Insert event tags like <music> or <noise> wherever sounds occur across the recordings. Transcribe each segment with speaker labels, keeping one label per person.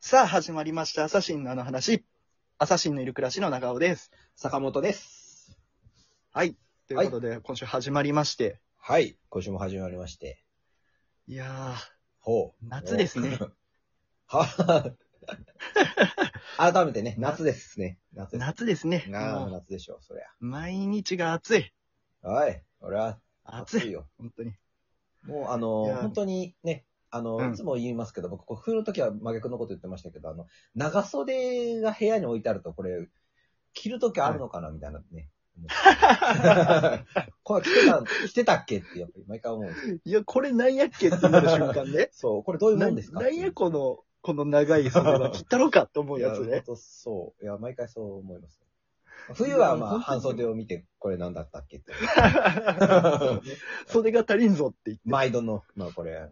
Speaker 1: さあ、始まりました。アサシンのあの話。アサシンのいる暮らしの長尾です。
Speaker 2: 坂本です。
Speaker 1: はい。ということで、今週始まりまして。
Speaker 2: はい。今週も始まりまして。
Speaker 1: いや
Speaker 2: ほう。
Speaker 1: ー、夏ですね。
Speaker 2: お。 <laughs> は改めてね、夏ですね。夏です。
Speaker 1: 夏ですね。
Speaker 2: なあ、
Speaker 1: もう
Speaker 2: 夏でしょう、そり
Speaker 1: 毎日が暑い。
Speaker 2: ゃ。はい。俺は、
Speaker 1: 暑い。
Speaker 2: よ。
Speaker 1: 本当に。
Speaker 2: もう、あ
Speaker 1: い
Speaker 2: の、
Speaker 1: や
Speaker 2: 本当にね、あの、
Speaker 1: うん
Speaker 2: いつも言いますけど、僕、こう冬の時は真逆のこと言ってましたけど、あの、長袖が部屋に置いてあると、これ、着る時あるのかな、みたいなね。
Speaker 1: <laughs>
Speaker 2: これ着て <laughs> た、着てたっけって、やっぱり毎回思うんですよ。
Speaker 1: いや、これなんやっけってなる瞬間ね
Speaker 2: <laughs> そう、これどういうもんですか
Speaker 1: ななんやこの、この長い袖は切ったろかと思うやつ
Speaker 2: いや
Speaker 1: ね。
Speaker 2: 本当そう。いや、毎回そう思います。冬はま
Speaker 1: いや本当
Speaker 2: あ、
Speaker 1: に
Speaker 2: 半袖を見て、これ何だったっけって。
Speaker 1: <laughs> 袖が足りんぞって言って。
Speaker 2: 毎度の、まあこれ、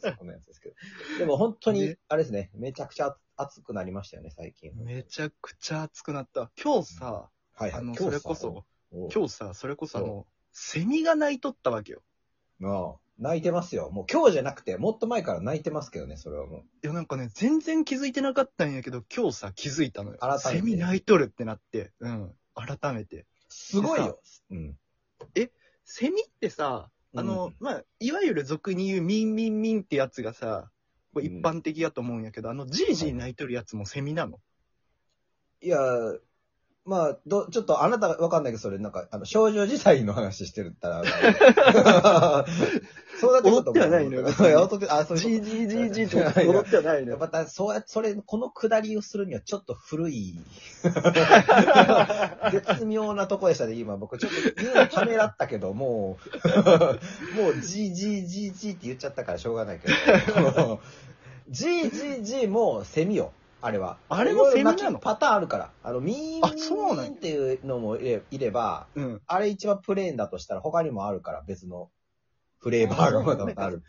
Speaker 2: そこのや
Speaker 1: <laughs>
Speaker 2: つですけど。でも本当に
Speaker 1: ね、
Speaker 2: あれですね、めちゃくちゃ暑くなりましたよね、最近。
Speaker 1: めちゃくちゃ暑くなった。今日さ、
Speaker 2: はいは
Speaker 1: あ
Speaker 2: い。
Speaker 1: の、それこそ、
Speaker 2: 今
Speaker 1: 今日さ、それこそあの、セミが鳴いとったわけよ。
Speaker 2: 日、ああ泣いてますよ。もう今日じゃなくて、もっと前から泣いてますけどね、それはもう。
Speaker 1: いや、なんかね、全然気づいてなかったんやけど、今日さ、気づいたのよ。
Speaker 2: 改めて
Speaker 1: セミ鳴いとるってなって、うん、改めて。
Speaker 2: すごいよ。うん。
Speaker 1: セミってさ、あの、
Speaker 2: うん
Speaker 1: まあ、いわゆる俗に言うミンミンミンってやつがさ、これ一般的やと思うんやけど、あの、ジージー鳴いとるやつもセミなの。
Speaker 2: いや、まあ、ど、ちょっとあなたわかんないけど、それなんか、あの、少女時代の話してるったら、
Speaker 1: <laughs>
Speaker 2: そうだってこ
Speaker 1: 踊っ
Speaker 2: と
Speaker 1: てはないのよ別に
Speaker 2: <laughs> いや踊って、あ、そう
Speaker 1: ジ
Speaker 2: い
Speaker 1: ー
Speaker 2: うこ
Speaker 1: ジージージーって踊ってはない
Speaker 2: と。
Speaker 1: の
Speaker 2: やっ
Speaker 1: よ。 <laughs>
Speaker 2: ぱ、そうや、それ、このくだりをするにはちょっと
Speaker 1: <laughs>
Speaker 2: 古い、絶妙なとこでしたね、今。僕、ちょっと言うのためらったけど、も
Speaker 1: <laughs>
Speaker 2: う、もう、じーじーじーじーって言っちゃったからしょうがないけ
Speaker 1: <laughs>
Speaker 2: ど、じーじーじーもセミよ、あれは。
Speaker 1: あれもセミなの
Speaker 2: いろいろ鳴きパターンあるから。あの、ミーンミ
Speaker 1: あそうなん
Speaker 2: ー
Speaker 1: や
Speaker 2: ンっていうのもいれいれば、
Speaker 1: うん。
Speaker 2: あれ一番プレーンだとしたら他にもあるから、別のフレーバーがまだまだある。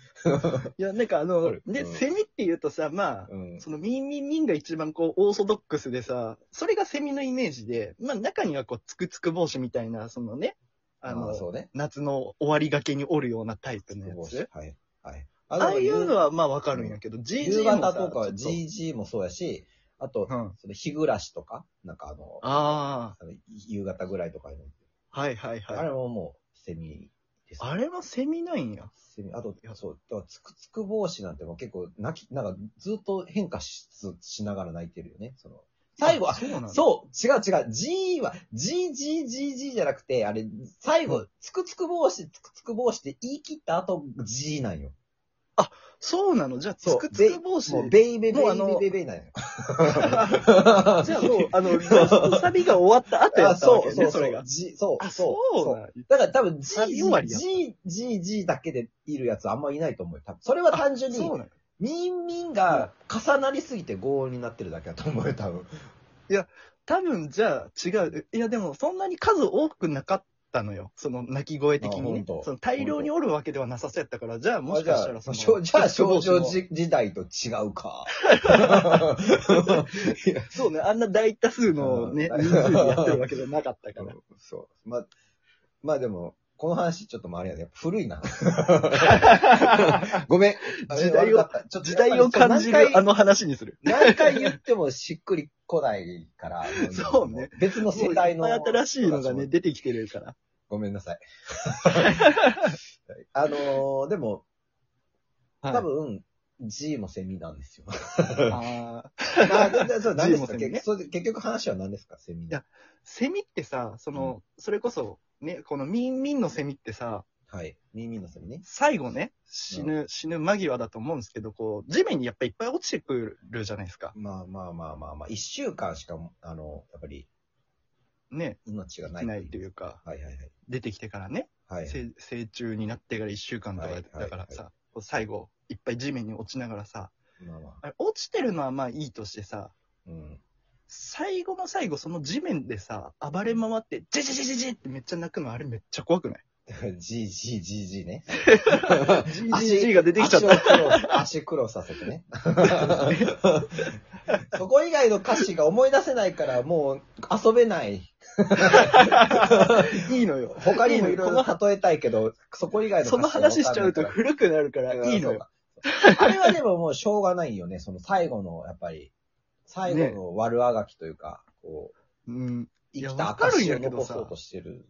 Speaker 1: いや、なんかあ
Speaker 2: わ
Speaker 1: の
Speaker 2: かる、
Speaker 1: で、
Speaker 2: うん
Speaker 1: セミって言うとさ、まあ、
Speaker 2: うん。
Speaker 1: そのミンミンミンが一番こうオーソドックスでさ、それがセミのイメージで、まあ中にはこうつくつく帽子みたいな、そのね、あの、
Speaker 2: あそうね。
Speaker 1: 夏の終わりがけにおるようなタイプのやつ。
Speaker 2: はい。はい。
Speaker 1: ああいうの
Speaker 2: は、
Speaker 1: はまあわかるんやけど、ジージ
Speaker 2: 夕
Speaker 1: ーもさ
Speaker 2: 方とかは
Speaker 1: ちょっ
Speaker 2: GG もそうやし、あ
Speaker 1: う、
Speaker 2: と
Speaker 1: ん。
Speaker 2: その日暮らしとか、なんかあの、
Speaker 1: あ
Speaker 2: あの夕方ぐらいとかに、
Speaker 1: あ、はいはいはい。
Speaker 2: あ
Speaker 1: あれ
Speaker 2: れももう、セミです。
Speaker 1: もセミなんや。
Speaker 2: セミあと
Speaker 1: いや、
Speaker 2: そう、だからつくつく帽子なんてもう結構、泣き、なんかずっと変化しつつしながら泣いてるよね、その。最後は
Speaker 1: あ、そうなの
Speaker 2: そう、違う違う。G は、GGGG じゃなくて、あれ、最
Speaker 1: う
Speaker 2: 後、つくつく帽子、つくつく帽子って言い切った後、G なんよ。
Speaker 1: そうなのじゃあ、つ
Speaker 2: そう
Speaker 1: くつく帽子。
Speaker 2: もう、ベイベイベ
Speaker 1: もうあ
Speaker 2: イ
Speaker 1: の
Speaker 2: ベイベイベイなん
Speaker 1: <laughs>
Speaker 2: よ。
Speaker 1: じゃあもう、あの、 <laughs> ラストサビが終わった後や
Speaker 2: あ
Speaker 1: ったわ
Speaker 2: そ
Speaker 1: け
Speaker 2: う、
Speaker 1: ね、
Speaker 2: そ
Speaker 1: そ
Speaker 2: う、そ
Speaker 1: れ
Speaker 2: れ
Speaker 1: が
Speaker 2: が。。G、そう、
Speaker 1: あ、そうなんや
Speaker 2: だから多分 G
Speaker 1: サビ終わり、や
Speaker 2: G、G、G だけでいるやつあんまいないと思うよ。多分それは単純
Speaker 1: そうなん
Speaker 2: に、
Speaker 1: や
Speaker 2: ミンミンが重なりすぎて合音になってるだけだと思うよ、多分。
Speaker 1: 多分じゃあ違う。いやでもそんなに数多くなかったのよ。その鳴き声的に
Speaker 2: あほ
Speaker 1: ね
Speaker 2: ん。と
Speaker 1: その大量におるわけではなさそうやったから、じゃあもしかしたらそ
Speaker 2: あ
Speaker 1: の。
Speaker 2: じゃあ、じゃあ少女
Speaker 1: 時
Speaker 2: 時時代と違うか。
Speaker 1: <laughs> そうね、あんな大多数のね、
Speaker 2: うん
Speaker 1: 人数でやってるわけじゃなかったか
Speaker 2: う
Speaker 1: ら。
Speaker 2: ん <laughs> そう。ま、まあでも、この話ちょっともうあれやね。古いな。 <laughs>
Speaker 1: <laughs>
Speaker 2: ごめん。
Speaker 1: 時代を
Speaker 2: 悪かった、ちょっと
Speaker 1: 時代を感じるあの話にする。
Speaker 2: 何回言ってもしっくり来ないから。
Speaker 1: <laughs> そうね。
Speaker 2: 別の世代の。
Speaker 1: もういっぱい新しいのがね、。出てきてるから。
Speaker 2: ごめんなさい。 <laughs> あのー、でも、
Speaker 1: はい
Speaker 2: 多分、G もセミなんです
Speaker 1: <laughs>
Speaker 2: よ。
Speaker 1: あー
Speaker 2: まあ、でそう、何
Speaker 1: G
Speaker 2: です
Speaker 1: も
Speaker 2: か
Speaker 1: セミね
Speaker 2: 結それで結局話は何ですかセミ。
Speaker 1: いやセミってさ、その、それこそ、ね、このミンミンのセミってさ、
Speaker 2: はい。耳のセミね。
Speaker 1: 最後ね、死ぬ、死ぬ間際だと思うんですけど、こう、地面にやっぱいっぱい落ちてくるじゃないですか。
Speaker 2: まあまあまあまあまあ、一週間しかも、あの、やっぱり
Speaker 1: ね、
Speaker 2: 命がない。
Speaker 1: ないというか、
Speaker 2: はいはいはい。
Speaker 1: 出てきてからね、
Speaker 2: はい。
Speaker 1: 成成虫になってから1週間とか
Speaker 2: は
Speaker 1: だ
Speaker 2: い
Speaker 1: だから
Speaker 2: はいは
Speaker 1: さ、こう最後、いっぱい地面に落ちながらさ、
Speaker 2: まあまあ。
Speaker 1: あれ落ちてるのはまあいいとしてさ、
Speaker 2: うん。
Speaker 1: 最後の最後、その地面でさ、暴れ回って、ジェジェジェジェジェってめっちゃ泣くの、あれめっちゃ怖くない
Speaker 2: GGGG ね。
Speaker 1: ?GGG が出てきちゃっ
Speaker 2: 足を黒足黒させ
Speaker 1: <laughs>
Speaker 2: てね。
Speaker 1: た。ね
Speaker 2: そこ以外の歌詞が思い出せないから、もう遊
Speaker 1: <laughs>
Speaker 2: べない。
Speaker 1: いいのよ。
Speaker 2: 他にも
Speaker 1: い
Speaker 2: い
Speaker 1: いの
Speaker 2: ろいろ例えたいけど、そこ以外の
Speaker 1: その
Speaker 2: 歌詞がわかんないから
Speaker 1: 話しちゃうと古くなるから、いいの
Speaker 2: そ
Speaker 1: よ。
Speaker 2: うかあれはでももうしょうがないよね、その最後の、やっぱり、最後の悪あがきというか、こ
Speaker 1: う
Speaker 2: う、
Speaker 1: ん。い
Speaker 2: 生
Speaker 1: や
Speaker 2: きた証を
Speaker 1: わかるんやけど
Speaker 2: 残
Speaker 1: さ
Speaker 2: そうとしてる。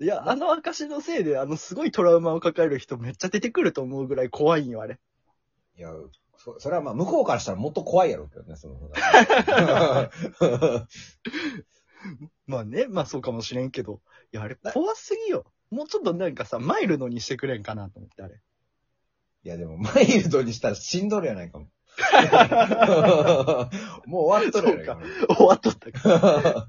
Speaker 1: いや、あの証のせいで、あの、すごいトラウマを抱える人めっちゃ出てくると思うぐらい怖いんよ、あれ。
Speaker 2: いや、そそれはまあ、向こうからしたらもっと怖いやろうけどね、その。
Speaker 1: <laughs> まあね、まあそうかもしれんけど。いや、あれ怖すぎよ。もうちょっとなんかさ、マイルドにしてくれんかなと思って、あれ。
Speaker 2: いや、でも、マイルドにしたらしんどる
Speaker 1: <laughs>
Speaker 2: やないかも。もう終わっとるやないかも。
Speaker 1: <laughs> 終わっとったから。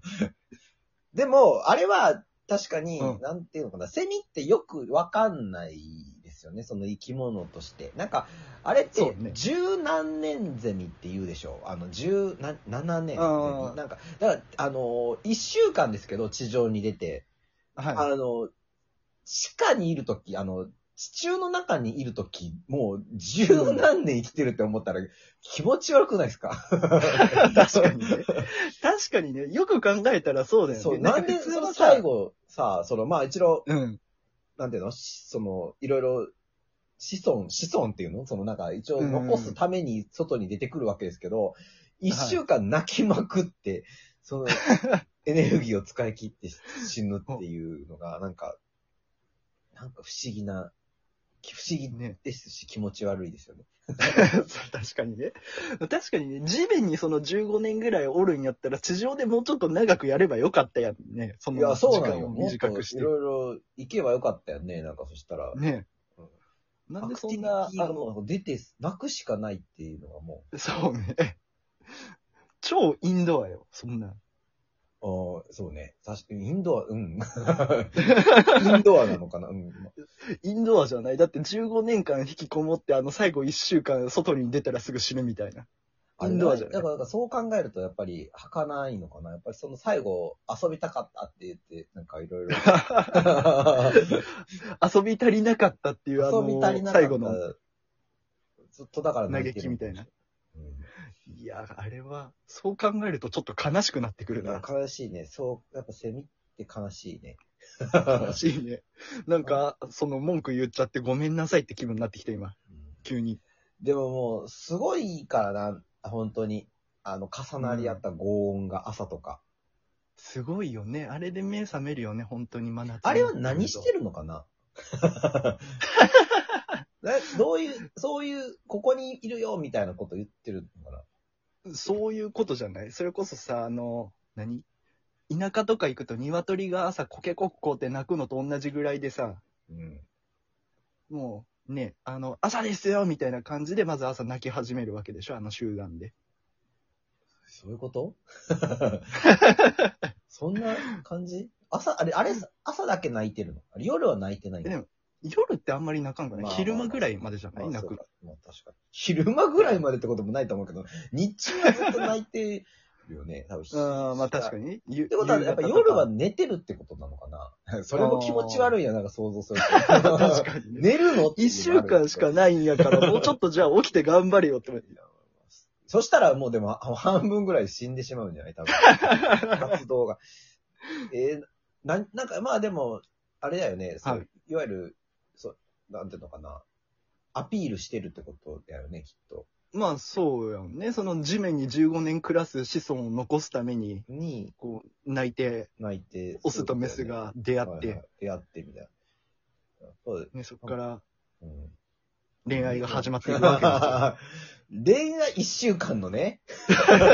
Speaker 2: でも、あれは、確かに、
Speaker 1: うん
Speaker 2: なんていうのかな、セミってよくわかんないですよね、その生き物として。なんか、あれっ
Speaker 1: そ
Speaker 2: て
Speaker 1: うね、
Speaker 2: 十何年ゼミって言うでしょあの、十な七年ゼミ
Speaker 1: あー
Speaker 2: なんか、だから、あのー、一週間ですけど、地上に出て、あ
Speaker 1: はい。
Speaker 2: の、地下にいるとき、あの、地中の中にいるとき、もう十何年生きてるって思ったら気持ち悪くないですか <laughs>
Speaker 1: 確かにね。確かにね、よく考えたらそうだよね。
Speaker 2: そう、なんで
Speaker 1: か普通
Speaker 2: その
Speaker 1: はさ
Speaker 2: 最。後さ、その、まあ一応、
Speaker 1: うん。
Speaker 2: なんていうのしその、いろいろ、子孫、子孫っていうのそのなんか、一応
Speaker 1: うん
Speaker 2: 残すために外に出てくるわけですけど、一、週間泣きまくって、
Speaker 1: <laughs>
Speaker 2: その、エネルギーを使い切って死ぬっていうのが、なんか、なんか不思議な、不思議
Speaker 1: ね。 <laughs>
Speaker 2: ですし、気持ち悪いですよね。
Speaker 1: そう確かにね。確かにね、地面にその15年ぐらいおるんやったら、地上でもうちょっと長くやればよかったやんね。そ
Speaker 2: い
Speaker 1: の
Speaker 2: や、
Speaker 1: 時
Speaker 2: そうなん
Speaker 1: 間
Speaker 2: よ。
Speaker 1: を
Speaker 2: もっ
Speaker 1: 短
Speaker 2: と
Speaker 1: くし
Speaker 2: い
Speaker 1: て。
Speaker 2: ろいろ行けばよかったよね、なんかそしたら。
Speaker 1: ね
Speaker 2: うん
Speaker 1: なんでそんな
Speaker 2: アクティビ、ティ
Speaker 1: あ
Speaker 2: が
Speaker 1: の、
Speaker 2: もう出て、泣くしかないっていうのがもう、
Speaker 1: そうね。超インドアよ、そんな。
Speaker 2: ああ、そうね。確かに、インドア、うん。 <laughs> インドアなのかなうん。
Speaker 1: <laughs> インドアじゃない。だって15年間引きこもって、あの、最後1週間外に出たらすぐ死ぬみたい <laughs> な。
Speaker 2: あ
Speaker 1: インドアじゃない
Speaker 2: だから、だからそう考えると、やっぱり、儚かないのかなやっぱり、その最後、遊びたかったって言って、なんか
Speaker 1: <laughs>
Speaker 2: いろいろ。
Speaker 1: 遊び足りなかったっていう、あの
Speaker 2: 遊び足り、なかった。
Speaker 1: 最後の。
Speaker 2: ずっとだから泣いて
Speaker 1: 嘆
Speaker 2: る
Speaker 1: きみたいな。
Speaker 2: うん
Speaker 1: いや、あれは、そう考えるとちょっと悲しくなってくるな。
Speaker 2: 悲しいね。そう、やっぱセミって悲しいね。
Speaker 1: <laughs> 悲しいね。なんか、その文句言っちゃってごめんなさいって気分になってきて、今。
Speaker 2: うん
Speaker 1: 急に。
Speaker 2: でももう、すごいからな、本当に。あの、重なり合った轟音が朝とか。
Speaker 1: すごいよね。あれで目覚めるよね、本当に真夏
Speaker 2: あれは何して
Speaker 1: る
Speaker 2: るのかな <laughs> などういう、そういう、ここにいるよみたいなこと言ってるのかな
Speaker 1: そういうことじゃないそれこそさ、あの、何田舎とか行くと鶏が朝コケコッコーって鳴くのと同じぐらいでさ、
Speaker 2: うん。
Speaker 1: もうね、あの、朝ですよみたいな感じでまず朝泣き始めるわけでしょあの集団で。
Speaker 2: そういうこと <laughs> そんな感じ朝、あれ、あれ、朝だけ泣いてるのあれ夜は泣いてないの
Speaker 1: でも夜ってあんまり泣かんから、
Speaker 2: まあ
Speaker 1: 昼間ぐらいまでじゃない、
Speaker 2: まあ
Speaker 1: 泣
Speaker 2: そう
Speaker 1: く
Speaker 2: かまあ確かに。昼間ぐらいまでってこともないと思うけど、日中はずっと泣いてるよね。多分
Speaker 1: の。うん、まあ確かに。っ
Speaker 2: ってことは、やっぱ夜は寝てるってことなのかな <laughs> それも気持ち悪いや、なんか想像すると。
Speaker 1: <laughs> <laughs> 確かにね。
Speaker 2: 寝るの
Speaker 1: 一週間しかないんやから、もうちょっとじゃあ起きて頑張れよって。
Speaker 2: そしたらもうでもあ半分ぐらい死んでしまうんじゃない多
Speaker 1: <laughs>
Speaker 2: 分。活動が。えー、なん、なんかまあでも、あれだよね。そう、
Speaker 1: はい
Speaker 2: わゆる、そう、なんていうのかな。アピールしてるってことだよね、きっと。
Speaker 1: まあそうやんね。その地面に15年暮らす子孫を残すために、
Speaker 2: に、
Speaker 1: こう、泣いて、
Speaker 2: 泣いて。
Speaker 1: オスとメスが出
Speaker 2: や
Speaker 1: 会って、
Speaker 2: はいはい、やって、みたいな。そうで
Speaker 1: ね、そこから
Speaker 2: す。うん
Speaker 1: 恋愛が始まっていくわ
Speaker 2: <laughs> 恋愛一週間
Speaker 1: <laughs>
Speaker 2: のね。
Speaker 1: けですよ。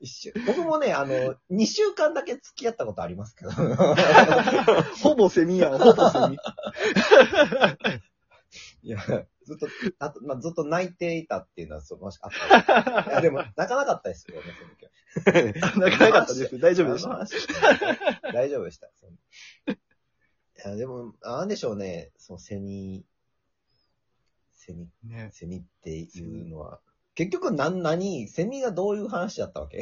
Speaker 2: 一週僕もね、あの、二週間だけ付き合ったことありま
Speaker 1: <laughs>
Speaker 2: すけど。
Speaker 1: <laughs> ほぼセミやん、ほぼセ <laughs> ミ。
Speaker 2: いや、ずっと、あと、まあ、ずっと泣いていたっていうのは、そう、もしあった。いや、
Speaker 1: <laughs>
Speaker 2: でも、泣かなかったですよね、その時は。
Speaker 1: 泣かなかったです。大丈夫でし
Speaker 2: あの
Speaker 1: た。
Speaker 2: 話 <laughs> 大丈夫でした。そのいや、でも、なんでしょうね、そのセミ、セミ、
Speaker 1: ね。
Speaker 2: セミっていうのは。結局、なん、何、セミがどういう話だったわけ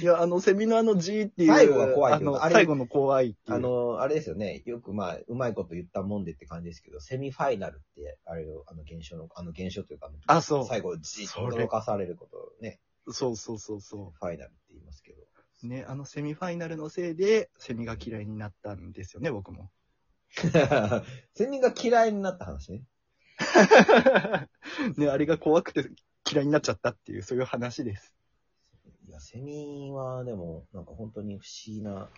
Speaker 1: いや、あの、セミのあの G っていう。
Speaker 2: 最後が怖い
Speaker 1: あ
Speaker 2: けど
Speaker 1: の、
Speaker 2: あれ
Speaker 1: 最後の怖いっていう。
Speaker 2: あの、あれですよね。よくまあ、うまいこと言ったもんでって感じですけど、セミファイナルって、あれを、あの現象の、あの現象というか、
Speaker 1: あ、そう。
Speaker 2: 最後、じっと
Speaker 1: それ
Speaker 2: 驚かされることをね、
Speaker 1: そうそうそうそ
Speaker 2: ファイナルって言いますけど。 <laughs>
Speaker 1: う。ね、あのセミファイナルのせいで、セミが嫌い
Speaker 2: <laughs>
Speaker 1: になったんですよね、僕も。
Speaker 2: セミが嫌いになった話ね。
Speaker 1: ね、あれが怖くて嫌いになっちゃったっていう、そういう話です。
Speaker 2: いや、セミはでも、なんか本当に不思議な。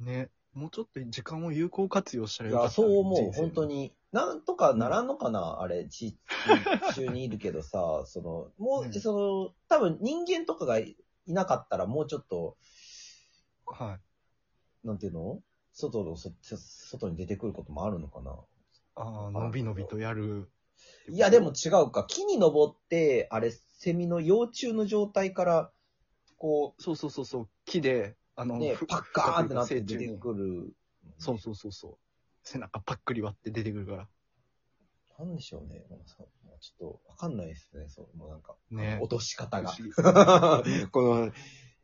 Speaker 1: ね。もうちょっと時間を有効活用したら
Speaker 2: い
Speaker 1: よか
Speaker 2: や、
Speaker 1: った
Speaker 2: そ
Speaker 1: のに
Speaker 2: う思う、本
Speaker 1: 人
Speaker 2: 当。に。なんとかならんのかな、あれ、地域中にいるけどさ、 <laughs> その、も
Speaker 1: うん
Speaker 2: う、その、多分人間とかがいなかったら、もうちょっと、
Speaker 1: 生はい。
Speaker 2: なんていうの外の、そ外に出てくることもあるのかな。
Speaker 1: ああ、のびのびとやる。
Speaker 2: いや、でも違うか。木に登って、あれ、セミの幼虫の状態から、こ
Speaker 1: そうそうそうそう、木で、あ
Speaker 2: う、
Speaker 1: の、
Speaker 2: ね
Speaker 1: ふ、
Speaker 2: パッカーンってなって
Speaker 1: ふ
Speaker 2: 出
Speaker 1: かとい
Speaker 2: て
Speaker 1: うか
Speaker 2: くる。
Speaker 1: 成虫にそうそうそうそう。背中パックリ割って出てくるから。
Speaker 2: なんでしょうね。なんかさちょっと、わかんないですね。そう、もうなんか、
Speaker 1: ね
Speaker 2: 落とし方が。
Speaker 1: 不 <laughs>
Speaker 2: <laughs> この、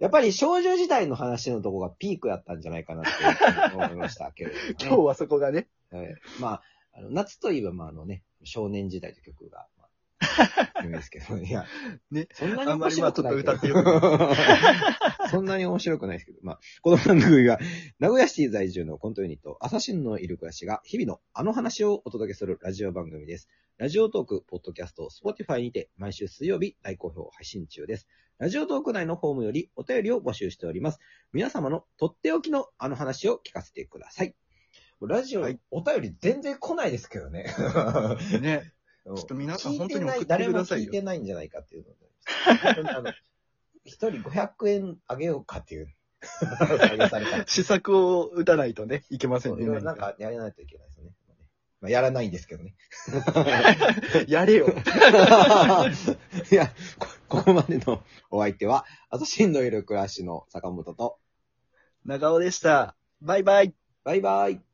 Speaker 2: やっぱり少女時代の話のとこがピークやったんじゃないかなって思いましたけれども、
Speaker 1: <laughs>
Speaker 2: ね。
Speaker 1: 今日はそこがね、
Speaker 2: はいまあ、あの夏といえば、まあ、あのね、少年時代という曲が、まあ、有名ですけ
Speaker 1: <laughs>
Speaker 2: ど、いや、
Speaker 1: ね、
Speaker 2: そんなに
Speaker 1: あん
Speaker 2: 面
Speaker 1: まりま
Speaker 2: 白
Speaker 1: あち
Speaker 2: く
Speaker 1: ょっ
Speaker 2: な
Speaker 1: と
Speaker 2: いけど。
Speaker 1: 歌ってよくない。
Speaker 2: <laughs> そんなに面白くないですけど、まあ、この番組は、名古屋シティ在住のコントユニット、アサシンのいる暮らしが、日々のあの話をお届けするラジオ番組です。ラジオトーク、ポッドキャスト、スポティファイにて、毎週水曜日、大好評配信中です。ラジオトーク内のフォームよりお便りを募集しております。皆様のとっておきのあの話を聞かせてください。ラジオ、
Speaker 1: はい
Speaker 2: お便り全然来ないですけ
Speaker 1: <laughs>
Speaker 2: どね。
Speaker 1: ね、
Speaker 2: ちょ
Speaker 1: ょっと皆さん本当に送って
Speaker 2: 誰
Speaker 1: く
Speaker 2: も
Speaker 1: ださ
Speaker 2: 聞
Speaker 1: い
Speaker 2: い
Speaker 1: よ
Speaker 2: てないんじゃないかっていうので。本当にあの、一人500円あげようかって
Speaker 1: <laughs>
Speaker 2: いう。あげされたら。
Speaker 1: 試作を打たないとね、いけませ
Speaker 2: そ
Speaker 1: ん
Speaker 2: うい
Speaker 1: ね。
Speaker 2: ろいろなん
Speaker 1: 何か
Speaker 2: かやらないといけないですよね。まあ、やらないんですけ
Speaker 1: <laughs>
Speaker 2: どね。
Speaker 1: やれよ。
Speaker 2: いやこ、ここまでのお相手は、あと、真のいる暮らしの坂本と、
Speaker 1: 長尾でした。バイバイ。
Speaker 2: バイバイ。